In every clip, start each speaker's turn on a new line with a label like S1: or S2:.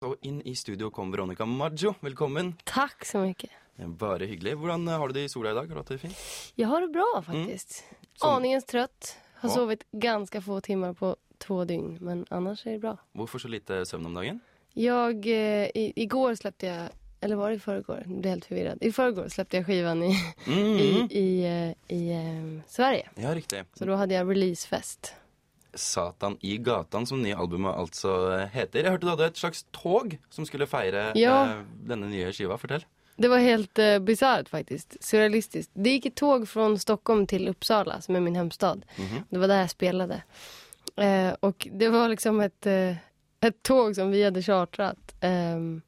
S1: Og inn i studio kom Veronica Maggio. Velkommen. Eh,
S2: Tack så mycket.
S1: Bare hyggelig. Hvordan eh, har du det i sola i dag? Har du hatt det fint?
S2: Jag har det bra faktiskt.
S1: Mm. Som-
S2: Aningens trött. Har
S1: Ja.
S2: sovit ganska få timmar på två dygn, men annars är det bra.
S1: Hvorfor så lite søvn om dagen?
S2: Jag, eh, i, igår släppte jag, eller var det i förrgår? Nu blir jag helt förvirrad. I förrgår släppte jag skivan i, i, i, eh, i eh, Sverige.
S1: Mm. Ja, riktig.
S2: Så då hade jag releasefest.
S1: 'Satan i gatan', som nye albumet altså eh, heter. Jeg hørte du hadde et slags tog som skulle feire
S2: Ja.
S1: eh, denne nye skiva. Fortell.
S2: Det var helt eh, bisarrt faktiskt. Surrealistiskt. Det gick ett tåg från Stockholm till Uppsala, som är min hemstad. Det var där jag spelade. Eh, och det var liksom ett, eh, ett tåg som vi hade chartrat. ehm,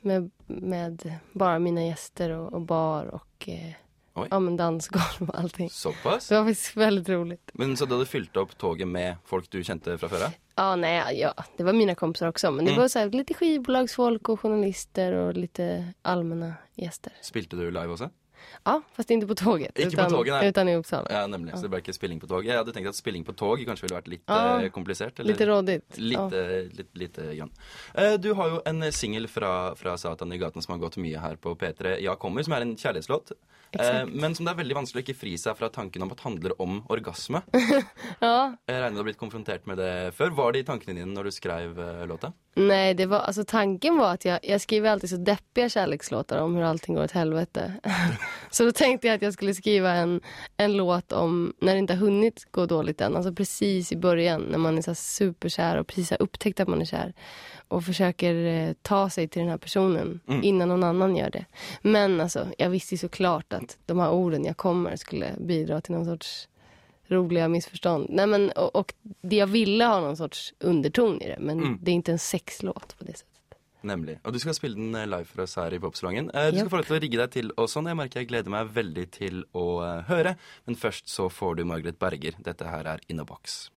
S2: med, med bara mina gäster och, och bar och eh,
S1: Oj.
S2: ja, men dansgolv och allting.
S1: Såpass?
S2: Så det var faktiskt väldigt roligt.
S1: Men Så du hadde fylt opp toget med folk du kjente fra før av?
S2: Ja, nej, ja, det var mina kompisar också. Men det
S1: Mm.
S2: var så här, lite skivbolagsfolk och journalister och lite allmänna gäster.
S1: Spilte du live også?
S2: Ja, fast inte på tåget.
S1: Inte på
S2: utan,
S1: tåget, nej.
S2: utan i Uppsala.
S1: Ja, nemlig. Så det ble ikke spilling på tog. Jeg hadde tenkt at spilling på tog kanskje ville vært litt
S2: Ja.
S1: eh, komplisert. eller-
S2: Lite råddigt.
S1: Lite,
S2: Ja.
S1: lite, lite grann. Eh, Du har jo en singel fra, fra Satan i gaten som har gått mye her på P3. Ja, kommer, som er en kjærlighetslåt. Eh,
S2: Exakt.
S1: Men som det er veldig vanskelig å ikke fri seg fra tanken om at handler om orgasme.
S2: ja.
S1: Jeg regner med du har blitt konfrontert med det før. Var det i tankene dine når du skrev eh, låta?
S2: Nej, det var, alltså tanken var att jag, jag skriver alltid så deppiga kärlekslåtar om hur allting går åt helvete. så då tänkte jag att jag skulle skriva en, en låt om när det inte har hunnit gå dåligt än. Alltså precis i början när man är så här superkär och precis har upptäckt att man är kär. Och försöker eh, ta sig till den här personen innan någon annan gör det. Men alltså, jag visste ju såklart att de här orden jag kommer skulle bidra till någon sorts roliga missförstånd. Nej, men, och, og det jag ville ha någon sorts underton i det, men det är inte en sexlåt på det sättet.
S1: Nemlig. Og du skal spille den eh, live for oss her i Popsalongen. Eh, Du skal
S2: Japp.
S1: få lov til å rigge deg til og sånn. Jeg merker jeg gleder meg veldig til å eh, høre. Men først så får du Margaret Berger. Dette her er Innabox.